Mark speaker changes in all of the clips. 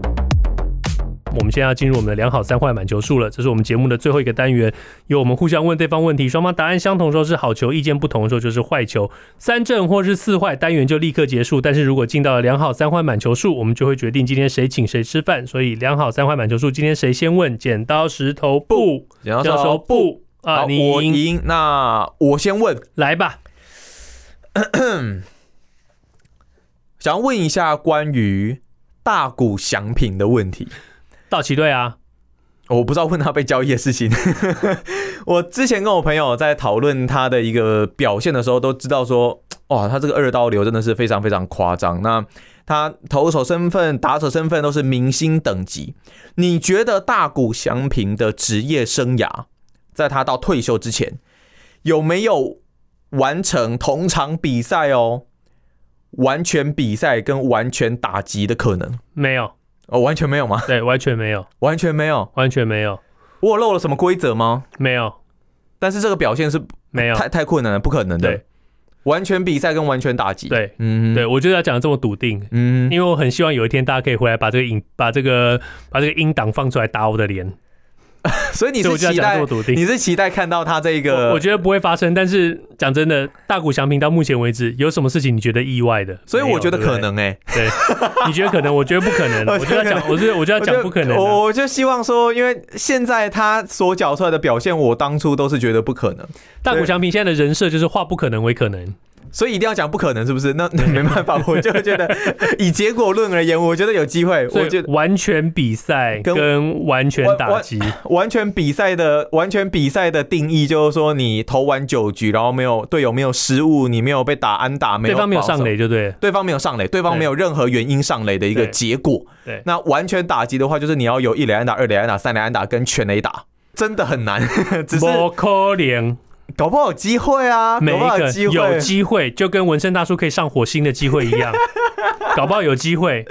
Speaker 1: Podcast 我们现在要进入我们的良好三坏满球数了，这是我们节目的最后一个单元，由我们互相问对方问题，双方答案相同的时候是好球，意见不同的时候就是坏球。三正或是四坏单元就立刻结束，但是如果进到了良好三坏满球数，我们就会决定今天谁请谁吃饭。所以良好三坏满球数，今天谁先问？剪刀石头布，
Speaker 2: 然后
Speaker 1: 剪刀石头
Speaker 2: 说
Speaker 1: 布啊，
Speaker 2: 好，
Speaker 1: 你
Speaker 2: 我
Speaker 1: 赢，
Speaker 2: 赢，那我先问，
Speaker 1: 来吧。
Speaker 2: 想要问一下关于大谷翔平的问题。
Speaker 1: 道奇队啊，
Speaker 2: 哦我不知道问他被交易的事情。 我之前跟我朋友在讨论他的一个表现的时候，都知道说，哇，他这个二刀流真的是非常非常夸张。那他投手身份、打者身份都是明星等级。你觉得大谷翔平的职业生涯，在他到退休之前，有没有完成同场比赛哦？完全比赛跟完全打击的可能？
Speaker 1: 没有，
Speaker 2: 哦，完全没有吗？
Speaker 1: 对，完全没有，
Speaker 2: 完全没有。
Speaker 1: 完全没有，
Speaker 2: 我有漏了什么规则吗？
Speaker 1: 没有，
Speaker 2: 但是这个表现是
Speaker 1: 没有，
Speaker 2: 太太困难了，不可能的
Speaker 1: 对。
Speaker 2: 完全比赛跟完全打击，，
Speaker 1: 对
Speaker 2: 嗯，
Speaker 1: 对，，我就要讲得这么笃定，
Speaker 2: 嗯，
Speaker 1: 因为我很希望有一天大家可以回来把这个影、把这个、把这个音档放出来打我的脸。
Speaker 2: 所以你
Speaker 1: 所以我
Speaker 2: 是
Speaker 1: 就要
Speaker 2: 期
Speaker 1: 讲这
Speaker 2: 待
Speaker 1: 么，笃定。
Speaker 2: 你是期待看到他这
Speaker 1: 我我
Speaker 2: 个，
Speaker 1: 觉得不会发生，但是讲真的，大谷翔平到目前为止有什么事情你觉得意外的？
Speaker 2: 所以
Speaker 1: 没有
Speaker 2: 我觉得可。
Speaker 1: 对
Speaker 2: 能哎，
Speaker 1: 不对，对你觉得可能，我觉得不可能。
Speaker 2: 我
Speaker 1: 我就
Speaker 2: 觉
Speaker 1: 要
Speaker 2: 得可能
Speaker 1: 讲，我是我就要
Speaker 2: 我觉
Speaker 1: 讲
Speaker 2: 得哦
Speaker 1: 不可能啊。
Speaker 2: 我我就希望说，因为现在他所缴出来的表现，我当初都是觉得不可能，
Speaker 1: 大谷翔平现在的人设就是化不可能为可能。
Speaker 2: 所以一定要讲不可能，是 不是？那没办法，我就觉得 以结果论而言，我觉得有机会，
Speaker 1: 所
Speaker 2: 我觉
Speaker 1: 以
Speaker 2: 得
Speaker 1: 完全比赛
Speaker 2: 跟
Speaker 1: 跟完全打击，
Speaker 2: 完全比赛的完全比赛的定义就是说，你投完九局，然后没有队友没有失误，你没有被打安打，没
Speaker 1: 对
Speaker 2: 有
Speaker 1: 方没有
Speaker 2: 保送
Speaker 1: 上垒，就对了。
Speaker 2: 对方没有上垒，对方
Speaker 1: 对
Speaker 2: 没有任何原因上垒的一个
Speaker 1: 对
Speaker 2: 结果。
Speaker 1: 对
Speaker 2: 那完全打击的话，就是你要有一垒安打、二垒安打、三垒安打跟全垒打，真的很难。 只是
Speaker 1: 不可能，
Speaker 2: 搞不好有机会啊，
Speaker 1: 每
Speaker 2: 搞不
Speaker 1: 一
Speaker 2: 好
Speaker 1: 个
Speaker 2: 机
Speaker 1: 有
Speaker 2: 会。
Speaker 1: 机会，就跟纹身大叔可以上火星的机会一样，搞不好有机会，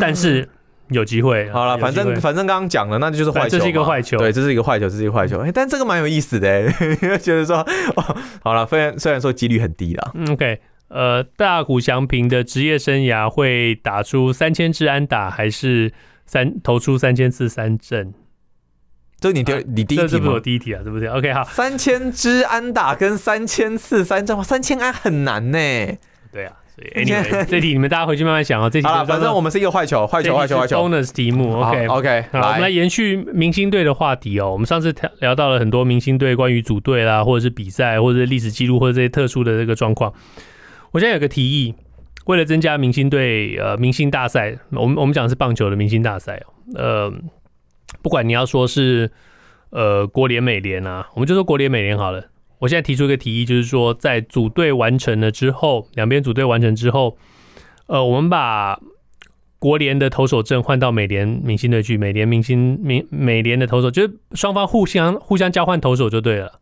Speaker 1: 但是有机会。啊
Speaker 2: 好了，
Speaker 1: 有
Speaker 2: 反
Speaker 1: 机会
Speaker 2: 正反正刚刚讲了，那就是坏球嘛，
Speaker 1: 对这是一个坏球
Speaker 2: 对，这是一个坏球，这是一个坏球。哎，但这个蛮有意思的，哎 觉得说，哦，好了，虽然虽然说几率很低啦，
Speaker 1: 嗯 OK，呃，大谷翔平的职业生涯会打出三千支安打，还是三投出三千次三振？
Speaker 2: 这是你第
Speaker 1: 啊
Speaker 2: 你第一
Speaker 1: 这
Speaker 2: 题
Speaker 1: 这不是我
Speaker 2: 吗？
Speaker 1: 第一题啊，对不对？OK，好，
Speaker 2: 三千支安打跟三千次三振，哇，三千安很难呢。
Speaker 1: 对啊，所以 anyway，这题你们大家回去慢慢想哦。这题
Speaker 2: 好了，
Speaker 1: 就叫
Speaker 2: 反正
Speaker 1: 做
Speaker 2: 我们是一个坏球，坏球，坏球，坏
Speaker 1: 这题是
Speaker 2: 球。
Speaker 1: bonus 题目，OK，
Speaker 2: 好 OK，
Speaker 1: 好，我们来延续明星队的话题哦。我们上次聊聊到了很多明星队关于组队啦，或者是比赛，或者是历史记录，或者这些特殊的这个状况。我现在有个提议，为了增加明星队呃明星大赛，呃我们我们讲的是棒球的明星大赛哦。呃，不管你要说是呃国联、美联啊，我们就说国联、美联好了。我现在提出一个提议，就是说在组队完成了之后，两边组队完成之后，呃，我们把国联的投手阵换到美联明星队去，美联明星明美联的投手就是双方互相互相交换投手就对了，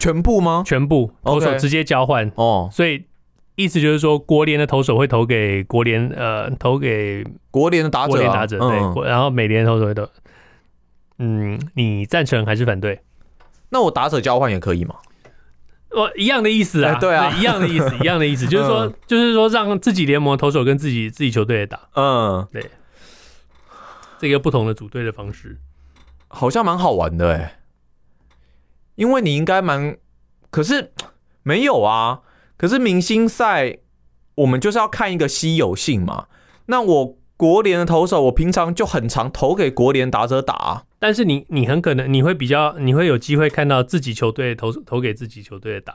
Speaker 2: 全部吗？
Speaker 1: 全部投手
Speaker 2: OK
Speaker 1: 直接交换
Speaker 2: 哦，
Speaker 1: 所以意思就是说国联的投手会投给国联呃投给
Speaker 2: 国联的打者、啊，
Speaker 1: 国联打者、对，
Speaker 2: 嗯
Speaker 1: 国然后美联投手会投，嗯，你赞成还是反对？
Speaker 2: 那我打者交换也可以吗？
Speaker 1: 我一样的意思啊，
Speaker 2: 哎对啊嗯
Speaker 1: 一样的 意思，一样的意思，就是说，就是说，让自己联盟的投手跟自己自己球队的打，
Speaker 2: 嗯，
Speaker 1: 这个不同的组队的方式。
Speaker 2: 好像蛮好玩的哎、因为你应该蛮，可是没有啊，可是明星赛我们就是要看一个稀有性嘛。那我国联的投手，我平常就很常投给国联打者打啊、
Speaker 1: 但是你你很可能你会比较你会有机会看到自己球队投投给自己球队的打，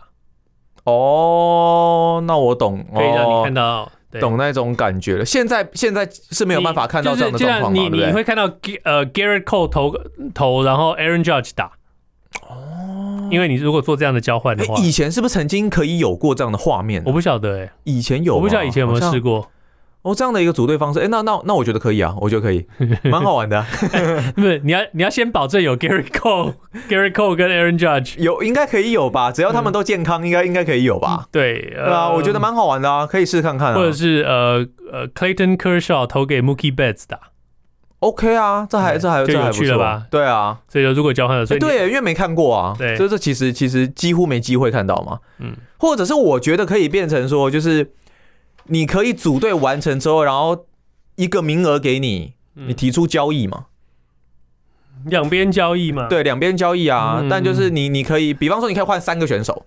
Speaker 2: 哦，那我懂，
Speaker 1: 可以让你看
Speaker 2: 到、
Speaker 1: 到、对
Speaker 2: 哦懂那种感觉了。现在现在是没有办法看到
Speaker 1: 你
Speaker 2: 这样的状况嘛，
Speaker 1: 就是、就像你
Speaker 2: 对
Speaker 1: 你
Speaker 2: 不对？
Speaker 1: 会看到 Ga- 呃 Garrett Cole 投投，然后 Aaron Judge 打。哦，因为你如果做这样的交换的话
Speaker 2: 哎，以前是不是曾经可以有过这样的画面啊、
Speaker 1: 我不晓得哎、
Speaker 2: 以前有吗，啊
Speaker 1: 我不知道以前有没
Speaker 2: 好
Speaker 1: 有
Speaker 2: 像
Speaker 1: 试过。
Speaker 2: 哦，这样的一个组队方式，哎、那那那我觉得可以啊，我觉得可以，蛮好玩 的啊、
Speaker 1: 不是你要你要先保证有 Gary Cole、Gary Cole 跟 Aaron Judge。
Speaker 2: 有应该可以有吧？只要他们都健康，应该应该可以有吧？
Speaker 1: 对，
Speaker 2: 对啊，
Speaker 1: 呃
Speaker 2: 我觉得蛮好玩的啊，可以试试看看啊。
Speaker 1: 或者是呃呃，Clayton Kershaw 投给 Mookie Betts 打，
Speaker 2: OK 啊，这还
Speaker 1: 对
Speaker 2: 这还
Speaker 1: 就
Speaker 2: 这还
Speaker 1: 嗯有
Speaker 2: 不
Speaker 1: 趣了吧
Speaker 2: 错，对啊，
Speaker 1: 所以如果交换了，所
Speaker 2: 哎
Speaker 1: 以你、
Speaker 2: 对，因为没看过啊，
Speaker 1: 对
Speaker 2: 这这其实其实几乎没机会看到嘛，
Speaker 1: 嗯
Speaker 2: 嗯，或者是我觉得可以变成说，就是你可以组队完成之后，然后一个名额给你，
Speaker 1: 嗯
Speaker 2: 你提出交易嘛，
Speaker 1: 两边交易嘛，，
Speaker 2: 对，两边交易啊，
Speaker 1: 嗯
Speaker 2: 但就是你你可以，比方说你可以换三个选手，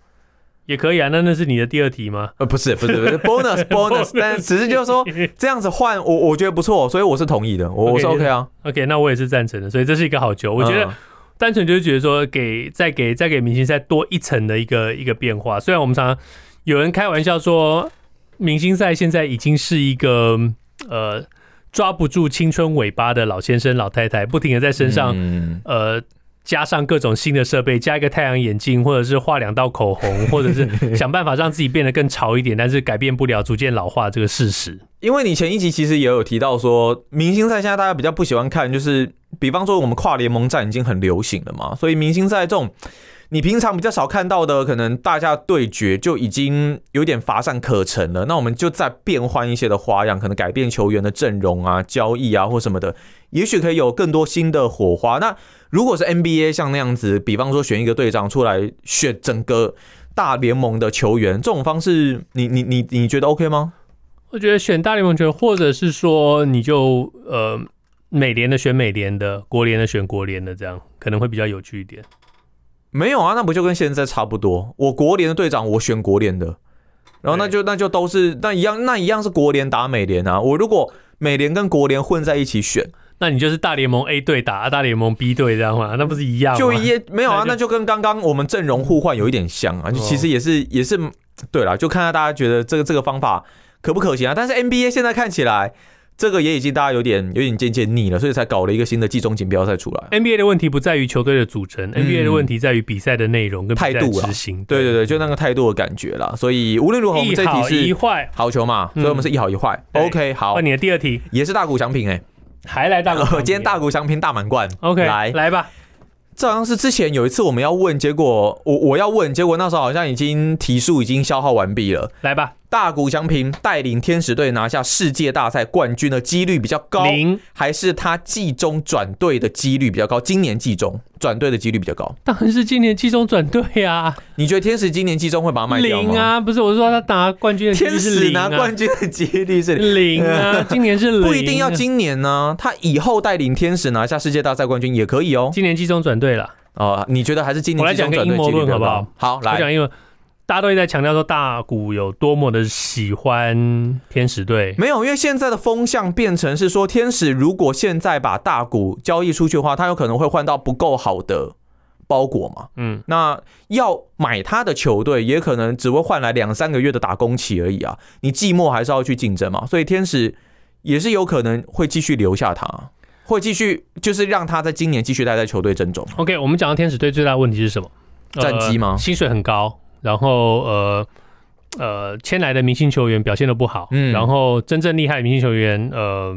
Speaker 1: 也可以啊。那那是你的第二题吗？
Speaker 2: 呃，不是不是不 是 bonus bonus，但只是就是说这样子换，我我觉得不错，所以我是同意的，我我是
Speaker 1: OK，
Speaker 2: OK 啊，
Speaker 1: OK，那我也是赞成的，所以这是一个好球。我觉得
Speaker 2: 嗯
Speaker 1: 单纯就是觉得说给再给再给明星赛多一层的一个一个变化。虽然我们常常有人开玩笑说，明星赛现在已经是一个呃抓不住青春尾巴的老先生老太太，不停的在身上、
Speaker 2: 嗯
Speaker 1: 呃。加上各种新的设备，加一个太阳眼镜，或者是画两道口红，或者是想办法让自己变得更潮一点，但是改变不了逐渐老化这个事实。
Speaker 2: 因为你前一集其实也有提到说，明星赛现在大家比较不喜欢看，就是比方说我们跨联盟战已经很流行了嘛，所以明星赛这种你平常比较少看到的，可能大家对决就已经有点乏善可陈了。那我们就再变换一些的花样，可能改变球员的阵容啊、交易啊或什么的，也许可以有更多新的火花。那如果是 NBA 像那样子，比方说选一个队长出来选整个大联盟的球员，这种方式你你你你觉得 OK 吗？
Speaker 1: 我觉得选大联盟球，或者是说你就呃美联的选美联的，国联的选国联的，这样可能会比较有趣一点。
Speaker 2: 没有啊，那不就跟现在差不多？我国联的队长，我选国联的，然后那就那就都是那一样，那一样是国联打美联啊。我如果美联跟国联混在一起选，
Speaker 1: 那你就是大联盟 A 队打啊大联盟 B 队这样嘛，那不是一样吗？
Speaker 2: 就也没有啊，
Speaker 1: 那
Speaker 2: 那就跟刚刚我们阵容互换有一点像啊，就其实也是也是对啦，就看看大家觉得这个这个方法可不可行啊。但是 NBA 现在看起来，这个也已经大家有点有点渐渐腻了，所以才搞了一个新的季中锦标赛出来。
Speaker 1: NBA 的问题不在于球队的组成、n b a 的问题在于比赛的内容跟比赛
Speaker 2: 嗯态度啦啊
Speaker 1: 执行。
Speaker 2: 对对对，就那个态度的感觉啦。所以无论如何，我们这
Speaker 1: 一
Speaker 2: 一题
Speaker 1: 好一
Speaker 2: 是
Speaker 1: 坏。
Speaker 2: 好球嘛，所以我们是一好一坏。
Speaker 1: 嗯
Speaker 2: OK，好
Speaker 1: 换。你的第二题，
Speaker 2: 也是大鼓翔平哎、
Speaker 1: 还 来大股
Speaker 2: 今天大鼓翔平大满贯。
Speaker 1: OK
Speaker 2: 来，
Speaker 1: 来吧，
Speaker 2: 这好像是之前有一次我们要问，结果我我要问，结果那时候好像已经题数已经消耗完毕了。
Speaker 1: 来吧，
Speaker 2: 大谷翔平带领天使队拿下世界大赛冠军的几率比较高，
Speaker 1: 零，
Speaker 2: 还是他季中转队的几率比较高？今年季中转队的几率比较高，
Speaker 1: 当然是今年季中转队啊，
Speaker 2: 你觉得天使今年季中会把它卖掉吗？
Speaker 1: 零啊，不是我是说他拿冠军的几率
Speaker 2: 天
Speaker 1: 是
Speaker 2: 使
Speaker 1: 零
Speaker 2: 拿
Speaker 1: 啊，
Speaker 2: 冠军的几率是零。
Speaker 1: 零 啊，今年是零，
Speaker 2: 不一定要今年呢、他以后带领天使拿下世界大赛冠军也可以哦。
Speaker 1: 今年季中转队了。
Speaker 2: 哦，你觉得还是今
Speaker 1: 我
Speaker 2: 年
Speaker 1: 来
Speaker 2: 季
Speaker 1: 讲
Speaker 2: 中
Speaker 1: 个
Speaker 2: 转队
Speaker 1: 阴谋
Speaker 2: 几率
Speaker 1: 论
Speaker 2: 比
Speaker 1: 好
Speaker 2: 较
Speaker 1: 不好
Speaker 2: 高？好，
Speaker 1: 我
Speaker 2: 来，
Speaker 1: 讲，因为大家都一直在强调说大谷有多么的喜欢天使队，
Speaker 2: 没有，因为现在的风向变成是说，天使如果现在把大股交易出去的话，他有可能会换到不够好的包裹嘛。
Speaker 1: 嗯，
Speaker 2: 那要买他的球队，也可能只会换来两三个月的打工期而已啊。你季末还是要去竞争嘛，所以天使也是有可能会继续留下他，会继续就是让他在今年继续待在球队阵中。
Speaker 1: OK，我们讲到天使队最大的问题是什么？呃
Speaker 2: 战绩吗
Speaker 1: 薪水很高，然后呃呃，签来的明星球员表现的不好，
Speaker 2: 嗯
Speaker 1: 然后真正厉害的明星球员，呃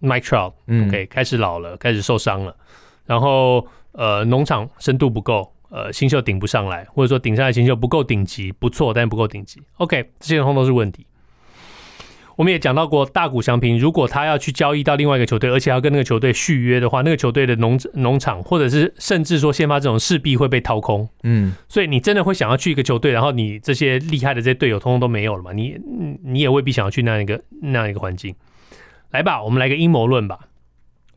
Speaker 1: ，Mike Trout，
Speaker 2: 嗯
Speaker 1: OK，开始老了，开始受伤了，然后呃，农场深度不够，呃，新秀顶不上来，或者说顶上来的新秀不够顶级，不错，但不够顶级。OK，这些通通都是问题。我们也讲到过，大谷翔平如果他要去交易到另外一个球队，而且要跟那个球队续约的话，那个球队的农农场或者是甚至说先发这种势必会被掏空。
Speaker 2: 嗯，
Speaker 1: 所以你真的会想要去一个球队，然后你这些厉害的这些队友通通都没有了嘛？你你你也未必想要去那样一个那样一个环境。来吧，我们来个阴谋论吧。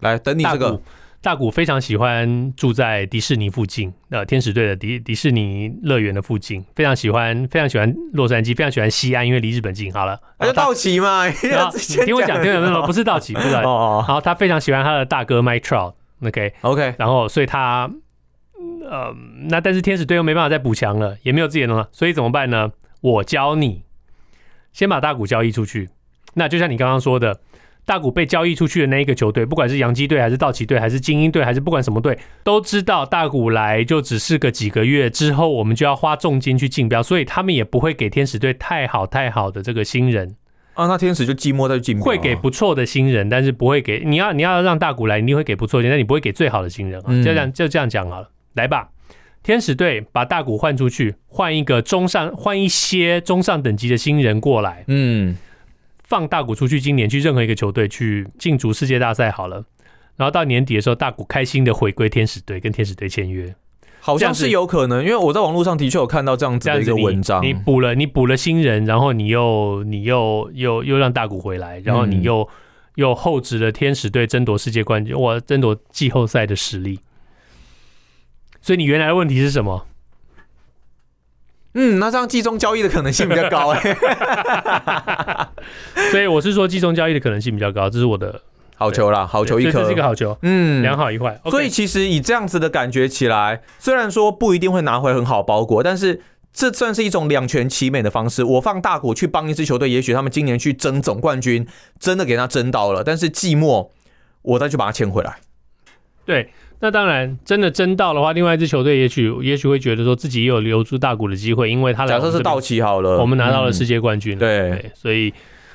Speaker 2: 来等你
Speaker 1: 大
Speaker 2: 这
Speaker 1: 谷
Speaker 2: 个，
Speaker 1: 大谷非常喜欢住在迪士尼附近，呃，天使队的迪迪士尼乐园的附近，非常喜欢，非常喜欢洛杉矶，非常喜欢西安，因为离日本近。好了，
Speaker 2: 那就哎到齐嘛。
Speaker 1: 然后你听我讲，听我讲，不是道 奇，不是道
Speaker 2: 哦
Speaker 1: 奇。
Speaker 2: 哦
Speaker 1: 好，他非常喜欢他的大哥 Mike Trout，OK，、
Speaker 2: ，OK，
Speaker 1: 然后所以他，嗯呃，那但是天使队又没办法再补强了，也没有自己的能量，所以怎么办呢？我教你，先把大股交易出去。那就像你刚刚说的，大股被交易出去的那一个球队，不管是洋基队还是道奇队，还是精英队，还是不管什么队，都知道大股来就只是个几个月之后，我们就要花重金去竞标，所以他们也不会给天使队太好太好的这个新人。
Speaker 2: 啊，那天使就寂寞再去竞标啊
Speaker 1: 会给不错的新人，但是不会给你要你要让大古来，你一定会给不错的新人，但你不会给最好的新人啊。
Speaker 2: 嗯
Speaker 1: 就这样就这样讲好了，来吧，天使队把大古换出去，换一个中上，换一些中上等级的新人过来，
Speaker 2: 嗯
Speaker 1: 放大古出去，今年去任何一个球队去竞逐世界大赛好了。然后到年底的时候，大古开心的回归天使队，跟天使队签约。
Speaker 2: 好像是有可能，因为我在网络上的确有看到这样子
Speaker 1: 这
Speaker 2: 的
Speaker 1: 样
Speaker 2: 一
Speaker 1: 子
Speaker 2: 个
Speaker 1: 你
Speaker 2: 文章。
Speaker 1: 你补了你补了新人，然后你又你又又又让大谷回来，然后你
Speaker 2: 嗯
Speaker 1: 又、又厚植了天使队争夺世界冠军，哇，争夺季后赛的实力。所以你原来的问题是什么？
Speaker 2: 嗯，那这样集中交易的可能性比较高哎、
Speaker 1: 所以我是说，季中交易的可能性比较高，这是我的
Speaker 2: 好球啦，好球
Speaker 1: 对所
Speaker 2: 一
Speaker 1: 以
Speaker 2: 颗
Speaker 1: 这是一，个好球，
Speaker 2: 嗯
Speaker 1: 两好一坏。
Speaker 2: 所以其实以这样子的感觉起来，虽然说不一定会拿回很好包裹，但是这算是一种两全其美的方式。我放大股去帮一支球队，也许他们今年去争总冠军，真的给他争到了，但是季末我再去把它签回来。
Speaker 1: 对，那当然，真的争到的话，另外一支球队也许也许会觉得说自己也有留住大谷的机会，因为他来
Speaker 2: 假
Speaker 1: 我
Speaker 2: 设
Speaker 1: 们
Speaker 2: 是
Speaker 1: 这边
Speaker 2: 道奇好了，
Speaker 1: 我们拿到了世
Speaker 2: 嗯
Speaker 1: 界冠军了、
Speaker 2: 对，
Speaker 1: 对，所以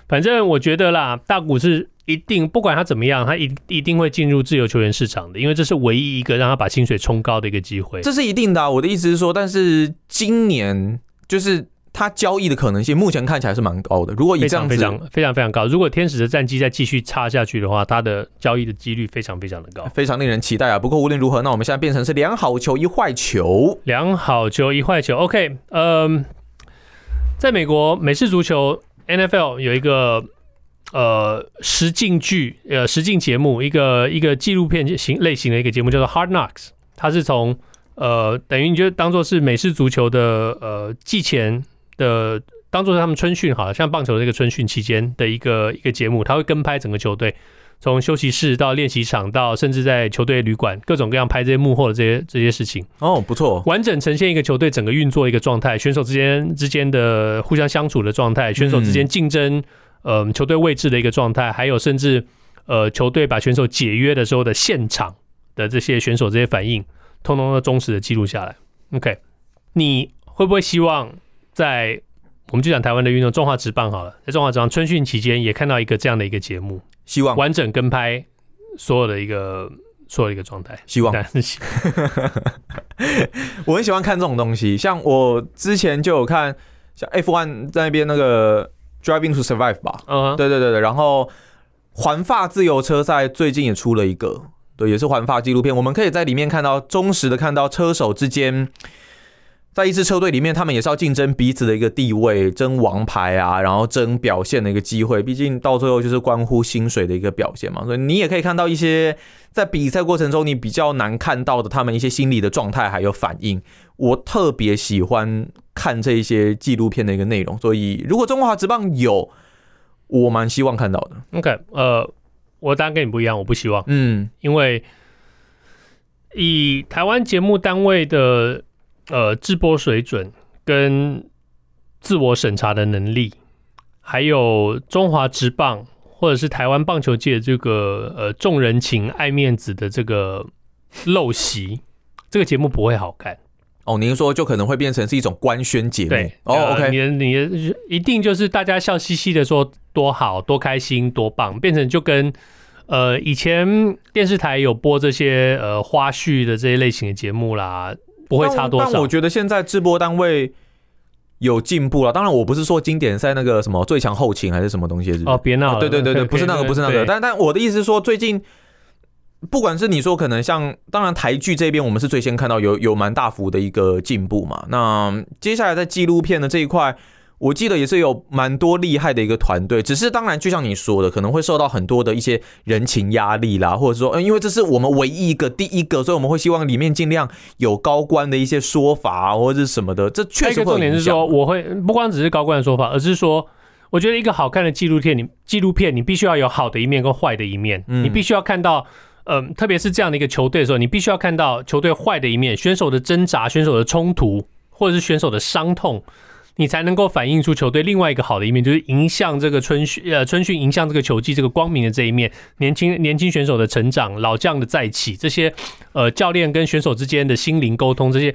Speaker 1: 反正我觉得啦，大股是一定不管他怎么样，他一一定会进入自由球员市场的，因为这是唯一一个让他把薪水冲高的一个机会。
Speaker 2: 这是一定的、啊。我的意思是说，但是今年就是他交易的可能性，目前看起来是蛮高的。如果以
Speaker 1: 非
Speaker 2: 这样
Speaker 1: 常非
Speaker 2: 子，
Speaker 1: 常非常非常高。如果天使的战绩再继续差下去的话，他的交易的几率非常非常的高。
Speaker 2: 非常令人期待啊！不过无论如何，那我们现在变成是两好球一坏球，
Speaker 1: 两好球一坏球，OK，嗯、在美国美式足球 NFL 有一个呃实境剧呃实境节目，一个一个纪录片型类型的一个节目叫做 Hard Knocks，它是从呃等于你就当做是美式足球的呃季前的。当做是他们春训好了，像棒球的这个春训期间的一个一个节目，他会跟拍整个球队，从休息室到练习场，到甚至在球队旅馆各种各样拍这些幕后的这些这些事情。
Speaker 2: 哦，不错，
Speaker 1: 完整呈现一个球队整个运作的一个状态，选手之间之间的互相相处的状态，选手之间竞争，嗯、球队位置的一个状态，还有甚至呃，球队把选手解约的时候的现场的这些选手这些反应，通通都忠实的记录下来。OK，你会不会希望在我们就讲台湾的运动中华职棒好了，在中华职棒春训期间也看到一个这样的一个节目，
Speaker 2: 希望
Speaker 1: 完整跟拍所有的一个所有的一个状态。
Speaker 2: 希 望。
Speaker 1: 但是
Speaker 2: 我很喜欢看这种东西，像我之前就有看，像 F1 在那边那个 Driving to Survive 吧，
Speaker 1: 嗯，
Speaker 2: 对对对对，然后环法自由车赛最近也出了一个，对，也是环法纪录片，我们可以在里面看到忠实的看到车手之间。在一支车队里面，他们也是要竞争彼此的一个地位，争王牌啊，然后争表现的一个机会。毕竟到最后就是关乎薪水的一个表现嘛，所以你也可以看到一些在比赛过程中你比较难看到的他们一些心理的状态还有反应。我特别喜欢看这一些纪录片的一个内容，所以如果中华职棒有，我蛮希望看到的。
Speaker 1: OK，呃，我当然跟你不一样，我不希望，
Speaker 2: 嗯，
Speaker 1: 因为以台湾节目单位的呃制播水准跟自我审查的能力，还有中华职棒或者是台湾棒球界这个呃重人情爱面子的这个陋习，这个节目不会好看。
Speaker 2: 哦，您说就可能会变成是一种官宣节目。
Speaker 1: 对，
Speaker 2: 哦
Speaker 1: 呃
Speaker 2: ，OK，
Speaker 1: 你的你的一定就是大家笑嘻嘻的说多好多开心多棒，变成就跟呃以前电视台有播这些呃花絮的这些类型的节目啦，不会差多
Speaker 2: 但但
Speaker 1: 少
Speaker 2: 我。觉得现在直播单位有进步了。啊当然，我不是说经典赛那个什么最强后勤还是什么东西，是不是
Speaker 1: 哦，别闹了！
Speaker 2: 啊对对 对对，不是那个，不是那个。
Speaker 1: 对
Speaker 2: 但但我的意思是说，最近不管是你说可能像，当然台剧这边我们是最先看到有有蛮大幅的一个进步嘛。那接下来在纪录片的这一块。我记得也是有蛮多厉害的一个团队，只是当然就像你说的，可能会受到很多的一些人情压力啦，或者说，嗯，因为这是我们唯一一个第一个，所以我们会希望里面尽量有高官的一些说法啊或者是什么的。这
Speaker 1: 还
Speaker 2: 确
Speaker 1: 有一个
Speaker 2: 实会有
Speaker 1: 重点哎是
Speaker 2: 影响
Speaker 1: 说，我会不光只是高官的说法，而是说，我觉得一个好看的纪录片，你纪录片你必须要有好的一面跟坏的一面，
Speaker 2: 嗯
Speaker 1: 你必须要看到。嗯，特别是这样的一个球队的时候，你必须要看到球队坏的一面，选手的挣扎、选手的冲突，或者是选手的伤痛，你才能够反映出球队另外一个好的一面，就是迎向这个春训，呃，春训迎向这个球季这个光明的这一面，年轻年轻选手的成长，老将的再起，这些呃教练跟选手之间的心灵沟通，这些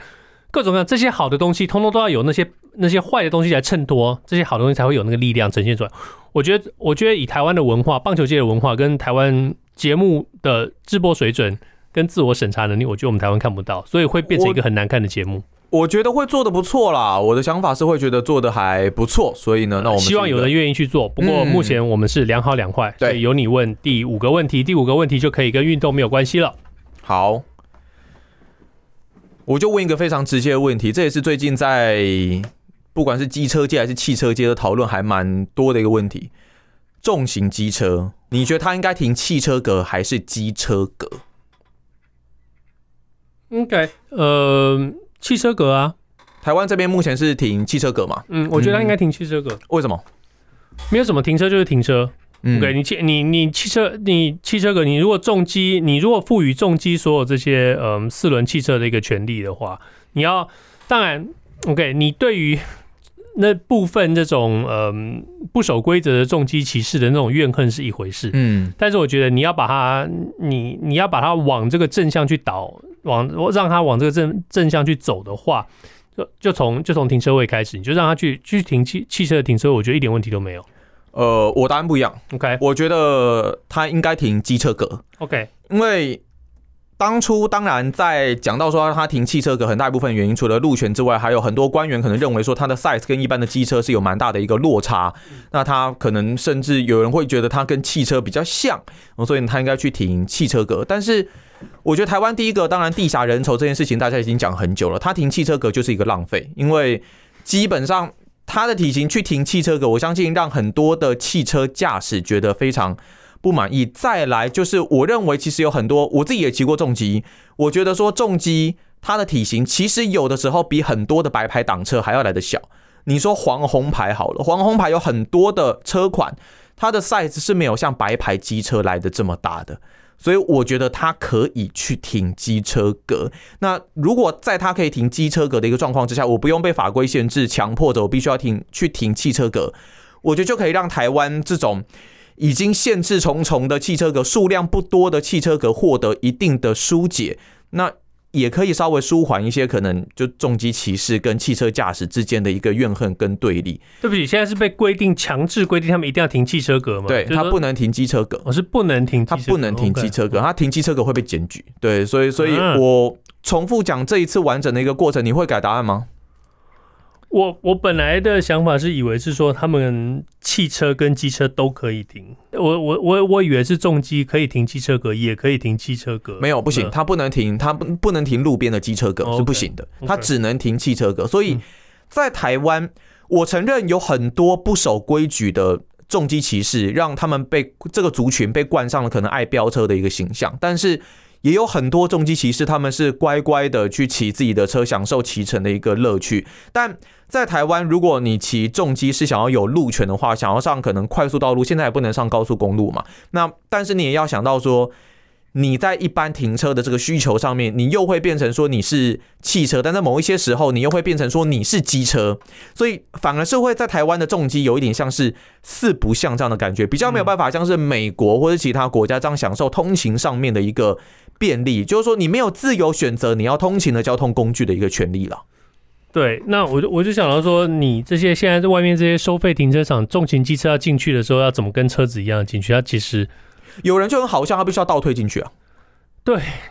Speaker 1: 各种各样这些好的东西，通通都要有那些那些坏的东西来衬托，这些好东西才会有那个力量呈现出来。我觉得，我觉得以台湾的文化，棒球界的文化跟台湾节目的制播水准跟自我审查能力，我觉得我们台湾看不到，所以会变成一个很难看的节目。
Speaker 2: 我觉得会做的不错啦，我的想法是会觉得做的还不错，所以呢，哦那我们
Speaker 1: 呃希望有人
Speaker 2: 人
Speaker 1: 愿意去做。不过
Speaker 2: 嗯
Speaker 1: 目前我们是两好两坏，
Speaker 2: 对
Speaker 1: 所以由你问第五个问题，第五个问题就可以跟运动没有关系了。
Speaker 2: 好。我就问一个非常直接的问题，这也是最近在不管是机车界还是汽车界的讨论还蛮多的一个问题：重型机车，你觉得它应该停汽车格还是机车格？
Speaker 1: 应该呃，汽车格啊，
Speaker 2: 台湾这边目前是停汽车格嘛？
Speaker 1: 嗯，我觉得他应该停汽车格，
Speaker 2: 为什么？
Speaker 1: 没有什么停车就是停车。
Speaker 2: 嗯
Speaker 1: OK，你汽你你汽车你汽车格，你如果重机，你如果赋予重机所有这些嗯四轮汽车的一个权利的话，你要当然 OK，你对于那部分这种嗯不守规则的重机骑士的那种怨恨是一回事，
Speaker 2: 嗯
Speaker 1: 但是我觉得你要把它，你你要把它往这个正向去导，往让它往这个正正向去走的话，就就从就从停车位开始，你就让它去去停汽汽车的停车位，我觉得一点问题都没有。
Speaker 2: 呃，我答案不一样，
Speaker 1: OK
Speaker 2: 我觉得它应该停机车格，
Speaker 1: OK，
Speaker 2: 因为当初当然在讲到说他停汽车格很大一部分原因，除了路权之外，还有很多官员可能认为说它的 size 跟一般的机车是有蛮大的一个落差，那他可能甚至有人会觉得它跟汽车比较像，哦所以他应该去停汽车格。但是我觉得台湾第一个，当然地狭人稠这件事情大家已经讲很久了，他停汽车格就是一个浪费，因为基本上。他的体型去停汽车格，我相信让很多的汽车驾驶觉得非常不满意。再来就是，我认为其实有很多，我自己也骑过重机，我觉得说重机它的体型其实有的时候比很多的白牌挡车还要来的小。你说黄红牌好了，黄红牌有很多的车款，它的 size 是没有像白牌机车来的这么大的。所以我觉得它可以去停机车格。那如果在它可以停机车格的一个状况之下，我不用被法规限制，强迫着我必须要停去停汽车格，我觉得就可以让台湾这种已经限制重重的汽车格数量不多的汽车格获得一定的疏解，那也可以稍微舒缓一些可能就重机骑士跟汽车驾驶之间的一个怨恨跟对立。
Speaker 1: 对不起，现在是被规定强制规定他们一定要停汽车格嘛？
Speaker 2: 对，
Speaker 1: 就是
Speaker 2: 他
Speaker 1: 说
Speaker 2: 不能停机车格，
Speaker 1: 我是不能停汽
Speaker 2: 他
Speaker 1: 车格，
Speaker 2: 不能停机车格，
Speaker 1: OK
Speaker 2: 他停机车格会被检举。对，所以所以
Speaker 1: 嗯
Speaker 2: 我重复讲这一次完整的一个过程，你会改答案吗？
Speaker 1: 我我本来的想法是以为是说他们汽车跟机车都可以停，我我我我以为是重机可以停汽车格，也可以停汽车格，
Speaker 2: 没有，不行，
Speaker 1: 嗯
Speaker 2: 他不能停，他不不能停路边的机车格
Speaker 1: 哦
Speaker 2: 是不
Speaker 1: OK，
Speaker 2: 行的，
Speaker 1: OK
Speaker 2: 他只能停汽车格。所以
Speaker 1: 嗯
Speaker 2: 在台湾，我承认有很多不守规矩的重机骑士，让他们被这个族群被冠上了可能爱飙车的一个形象，但是。也有很多重机骑士，他们是乖乖的去骑自己的车，享受骑乘的一个乐趣。但在台湾，如果你骑重机是想要有路权的话，想要上可能快速道路，现在也不能上高速公路嘛。那但是你也要想到说，你在一般停车的这个需求上面，你又会变成说你是汽车，但在某一些时候，你又会变成说你是机车，所以反而是会在台湾的重机有一点像是四不像这样的感觉，比较没有办法像是美国或者其他国家这样享受通勤上面的一个便利，就是说你没有自由选择你要通勤的交通工具的一个权利了。
Speaker 1: 对，那我就我就想到说，你这些现在在外面这些收费停车场，重型机车要进去的时候，要怎么跟车子一样进去？它其实
Speaker 2: 有人就很好笑，他必须要倒退进去啊，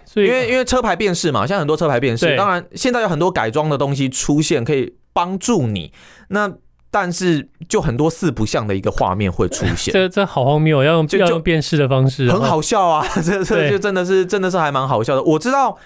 Speaker 1: 所以
Speaker 2: 因为因为车牌辨识嘛，现在很多车牌辨识，
Speaker 1: 对
Speaker 2: 当然现在有很多改装的东西出现，可以帮助你。那但是就很多四不像的一个画面会出现，
Speaker 1: 这这好荒谬，要用
Speaker 2: 就就
Speaker 1: 要用辨识的方式，
Speaker 2: 很好笑啊！这这
Speaker 1: 对
Speaker 2: 就真的是真的是还蛮好笑的。我知道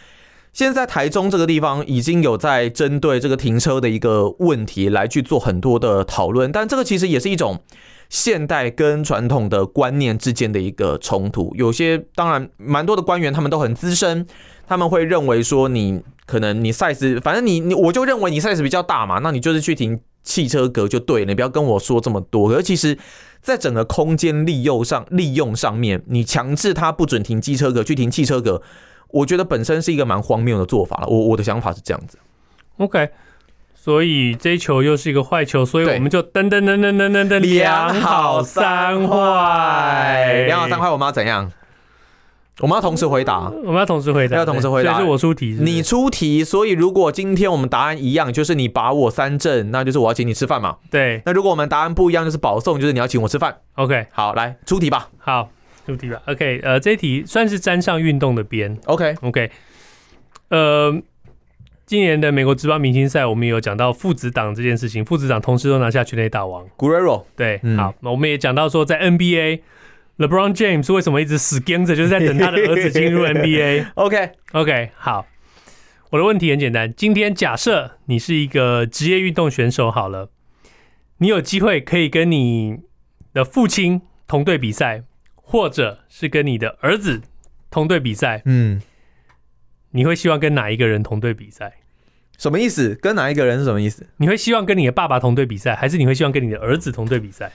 Speaker 2: 现在台中这个地方已经有在针对这个停车的一个问题来去做很多的讨论，但这个其实也是一种现代跟传统的观念之间的一个冲突。有些当然蛮多的官员他们都很资深，他们会认为说你可能你 size，反正你你我就认为你 size 比较大嘛，那你就是去停汽车格就对了，你不要跟我说这么多。可是其实。在整个空间利用上利用上面，你强制他不准停机车格，去停汽车格，我觉得本身是一个蛮荒谬的做法了。我我的想法是这样子，
Speaker 1: 嗯 OK。所以这一球又是一个坏球，所以
Speaker 2: 对
Speaker 1: 我们就噔噔噔噔噔噔噔，
Speaker 2: 两好三坏，我们要怎样？我们要同时回答。
Speaker 1: 我们要同时回答，
Speaker 2: 要同时回答
Speaker 1: 所以是我出题是不是
Speaker 2: 你出题，所以如果今天我们答案一样，就是你把我三振，那就是我要请你吃饭嘛。
Speaker 1: 对
Speaker 2: 那如果我们答案不一样，就是保送，就是你要请我吃饭。
Speaker 1: ，OK，
Speaker 2: 好，来出题吧。
Speaker 1: 好，出题吧，OK，呃，这一题算是沾上运动的边
Speaker 2: OK，
Speaker 1: ，OK，呃，今年的美国职棒明星赛，我们有讲到父子档这件事情，父子档同时都拿下全垒打王，
Speaker 2: g u e r r o
Speaker 1: 对，
Speaker 2: 嗯
Speaker 1: 好，那我们也讲到说，在 NBA。LeBron James 为什么一直死盯着，就是在等他的儿子进入 NBA。
Speaker 2: OK，
Speaker 1: OK，好，我的问题很简单。今天假设你是一个职业运动选手，好了，你有机会可以跟你的父亲同队比赛，或者是跟你的儿子同队比赛，
Speaker 2: 嗯，
Speaker 1: 你会希望跟哪一个人同队比赛？
Speaker 2: 什么意思？跟哪一个人是什么意思？
Speaker 1: 你会希望跟你的爸爸同队比赛，还是你会希望跟你的儿子同队比赛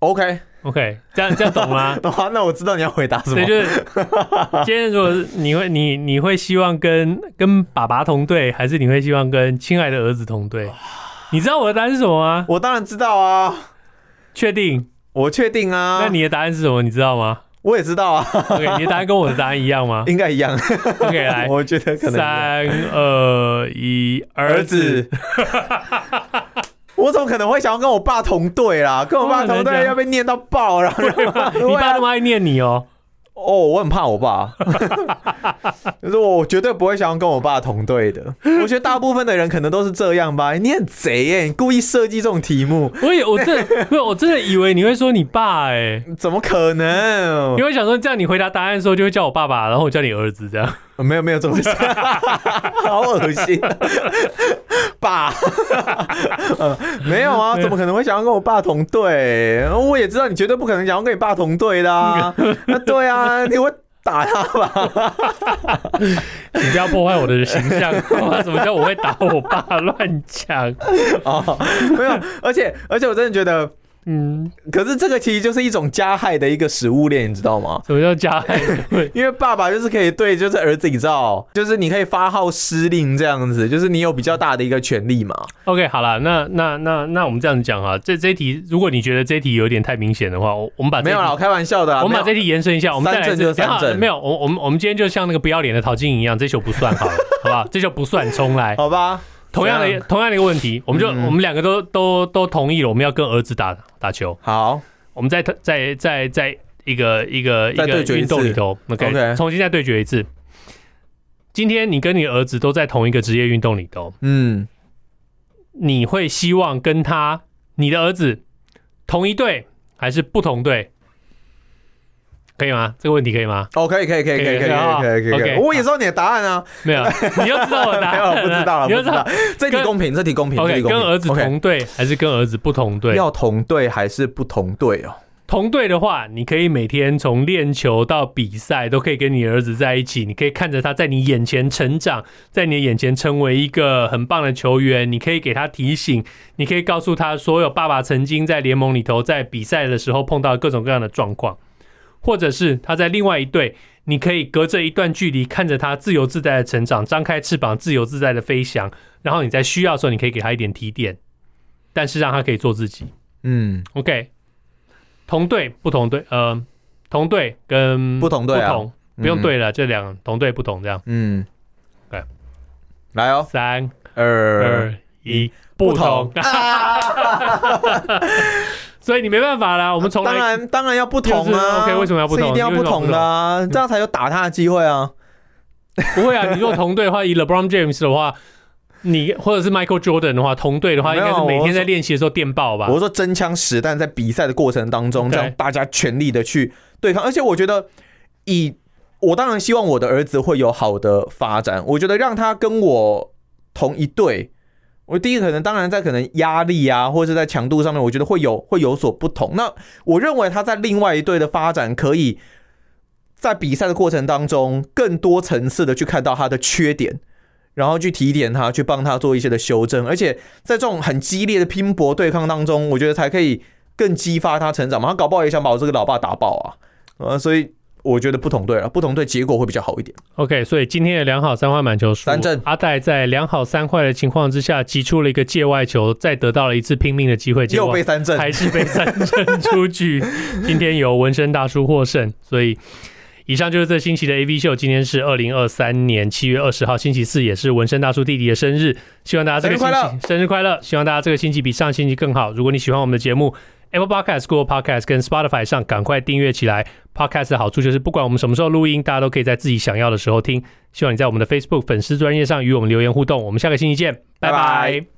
Speaker 2: OK，？
Speaker 1: ？OK，这样这样懂吗
Speaker 2: 的话，那我知道你要回答什么
Speaker 1: 对，。就是今天如果是你会你你会希望跟跟爸爸同队，还是你会希望跟亲爱的儿子同队？你知道我的答案是什么吗？
Speaker 2: 我当然知道啊，
Speaker 1: 确定？
Speaker 2: 我确定啊。
Speaker 1: 那你的答案是什么？你知道吗
Speaker 2: 我也知道啊，
Speaker 1: ？OK，你的答案跟我的答案一样吗
Speaker 2: 应该一样。，
Speaker 1: ？OK，来
Speaker 2: 我觉得可能一样
Speaker 1: 三二一，
Speaker 2: 儿子。 我怎么可能会想要跟我爸同队啦？跟我爸同
Speaker 1: 不可能
Speaker 2: 队
Speaker 1: 讲
Speaker 2: 要被念到爆了。
Speaker 1: 对 吧你爸那么爱念你哦。
Speaker 2: 啊哦，我很怕我爸， 就是我绝对不会想要跟我爸同队的。我觉得大部分的人可能都是这样吧。你很贼耶、你故意设计这种题目，
Speaker 1: 我也我真的没有，我真的以为你会说你爸哎、
Speaker 2: 怎么可能
Speaker 1: 因？为我想说这样你回答答案的时候就会叫我爸爸，然后我叫你儿子这样。
Speaker 2: 没有没有这回事， 好恶心， 爸，嗯没有啊，怎么可能会想要跟我爸同队？我也知道你绝对不可能想要跟你爸同队的 啊，那对啊，你会打他 吧？
Speaker 1: 你不要破坏我的形象， 什么叫我会打我爸乱讲？
Speaker 2: 哦，没有，而且而且我真的觉得，
Speaker 1: 嗯，
Speaker 2: 可是这个其实就是一种加害的一个食物链，你知道吗？
Speaker 1: 什么叫加害？对
Speaker 2: 因为爸爸就是可以对，就是儿子，你知道，就是你可以发号施令这样子，就是你有比较大的一个权利嘛。
Speaker 1: OK，好了，那那那那我们这样讲啊，这这一题，如果你觉得这一题有点太明显的话，我我们把这
Speaker 2: 没
Speaker 1: 一
Speaker 2: 有
Speaker 1: 题
Speaker 2: 啦，我开玩笑的啦。啊
Speaker 1: 我们
Speaker 2: 没有
Speaker 1: 把这题延伸一下，我们再来一
Speaker 2: 三正就
Speaker 1: 次。
Speaker 2: 是三正
Speaker 1: 等一下没有，我我们我们今天就像那个不要脸的陶晶莹一样，这球不算好了， 好不好？这球不算，重来。
Speaker 2: 好吧，
Speaker 1: 同样
Speaker 2: 怎
Speaker 1: 的同样的一个问题，我们就、
Speaker 2: 嗯
Speaker 1: 我们两个都都都同意了，我们要跟儿子打打球。
Speaker 2: 好，
Speaker 1: 我们再再再再一个一个一
Speaker 2: 再
Speaker 1: 个
Speaker 2: 对决一
Speaker 1: 运动
Speaker 2: 次
Speaker 1: 里头
Speaker 2: OK
Speaker 1: 重新再对决一次。今天你跟你儿子都在同一个职业运动里头，
Speaker 2: 嗯，
Speaker 1: 你会希望跟他你的儿子同一队还是不同队？可以吗？这个问题可以吗？
Speaker 2: 哦，可以，可以，可以，可以，可以，可
Speaker 1: 可以啊
Speaker 2: 以，可以，可以
Speaker 1: OK，
Speaker 2: 我也知道你的答 案啊，
Speaker 1: 没 有，你就知道我的答
Speaker 2: 没有，
Speaker 1: 案
Speaker 2: 不知道了，
Speaker 1: 你
Speaker 2: 不
Speaker 1: 就
Speaker 2: 知道。。这题
Speaker 1: 跟
Speaker 2: 公平，这题公平，这
Speaker 1: OK，
Speaker 2: 题公
Speaker 1: 跟
Speaker 2: 平。
Speaker 1: 儿子
Speaker 2: OK，
Speaker 1: 同队还是跟儿子不同队？
Speaker 2: 要同队还是不同队哦？
Speaker 1: 同队的话，你可以每天从练球到比赛都可以跟你儿子在一起，你可以看着他在你眼前成长，在你的眼前成为一个很棒的球员。你可以给他提醒，你可以告诉他所有爸爸曾经在联盟里头在比赛的时候碰到各种各样的状况，或者是他在另外一队，你可以隔着一段距离看着他自由自在的成长，张开翅膀自由自在的飞翔，然后你在需要的时候，你可以给他一点提点，但是让他可以做自己。
Speaker 2: 嗯，
Speaker 1: OK，同队不同队，呃，同队跟
Speaker 2: 不同队啊
Speaker 1: 不同，不用
Speaker 2: 嗯
Speaker 1: 对了，这两同队不同这样。
Speaker 2: 嗯，
Speaker 1: 来，
Speaker 2: 来哦，
Speaker 1: 三
Speaker 2: 二
Speaker 1: 二一，
Speaker 2: 不
Speaker 1: 不同
Speaker 2: 同。
Speaker 1: 所以你没办法啦，我们从
Speaker 2: 当
Speaker 1: 来
Speaker 2: 然，当然要不同
Speaker 1: 就是
Speaker 2: 啊。
Speaker 1: OK，为什么要不同
Speaker 2: 是一定要
Speaker 1: 你为
Speaker 2: 不
Speaker 1: 什么要不
Speaker 2: 同的啊，这样才有打他的机会啊。
Speaker 1: 不会啊。你如果同队的话，以 LeBron James 的话，你或者是 Michael Jordan 的话，同队的话，
Speaker 2: 没
Speaker 1: 应
Speaker 2: 有
Speaker 1: 该是每
Speaker 2: 我
Speaker 1: 天在
Speaker 2: 说
Speaker 1: 练习的时候电爆吧
Speaker 2: 我。是说真枪实弹，在比赛的过程当中，
Speaker 1: 对
Speaker 2: 让大家全力的去对抗。而且我觉得以，我当然希望我的儿子会有好的发展。我觉得让他跟我同一队，我第一个可能当然在可能压力啊，或者是在强度上面，我觉得会有会有所不同。那我认为他在另外一队的发展可以。在比赛的过程当中，更多层次的去看到他的缺点，然后去提点他，去帮他做一些的修正，而且在这种很激烈的拼搏对抗当中，我觉得才可以更激发他成长嘛。他搞不好也想把我这个老爸打爆啊，呃，所以我觉得不同队啊了，不同队结果会比较好一点。
Speaker 1: OK，所以今天的两好三坏满球数，
Speaker 2: 三振
Speaker 1: 阿戴在两好三坏的情况之下，击出了一个界外球，再得到了一次拼命的机会，结
Speaker 2: 又
Speaker 1: 果
Speaker 2: 被三振，
Speaker 1: 还是被三振出局。今天由纹身大叔获胜，所以以上就是这星期的 AV 秀。今天是二零二三年七月二十号，星期四，也是纹身大叔弟弟的生日。希望大家这个星
Speaker 2: 生日快
Speaker 1: 期生日快乐！希望大家这个星期比上星期更好。如果你喜欢我们的节目，Apple Podcast、Google Podcast 跟 Spotify 上赶快订阅起来。Podcast 的好处就是，不管我们什么时候录音，大家都可以在自己想要的时候听。希望你在我们的 Facebook 粉丝专业上与我们留言互动。我们下个星期见，拜
Speaker 2: 拜
Speaker 1: 拜
Speaker 2: 拜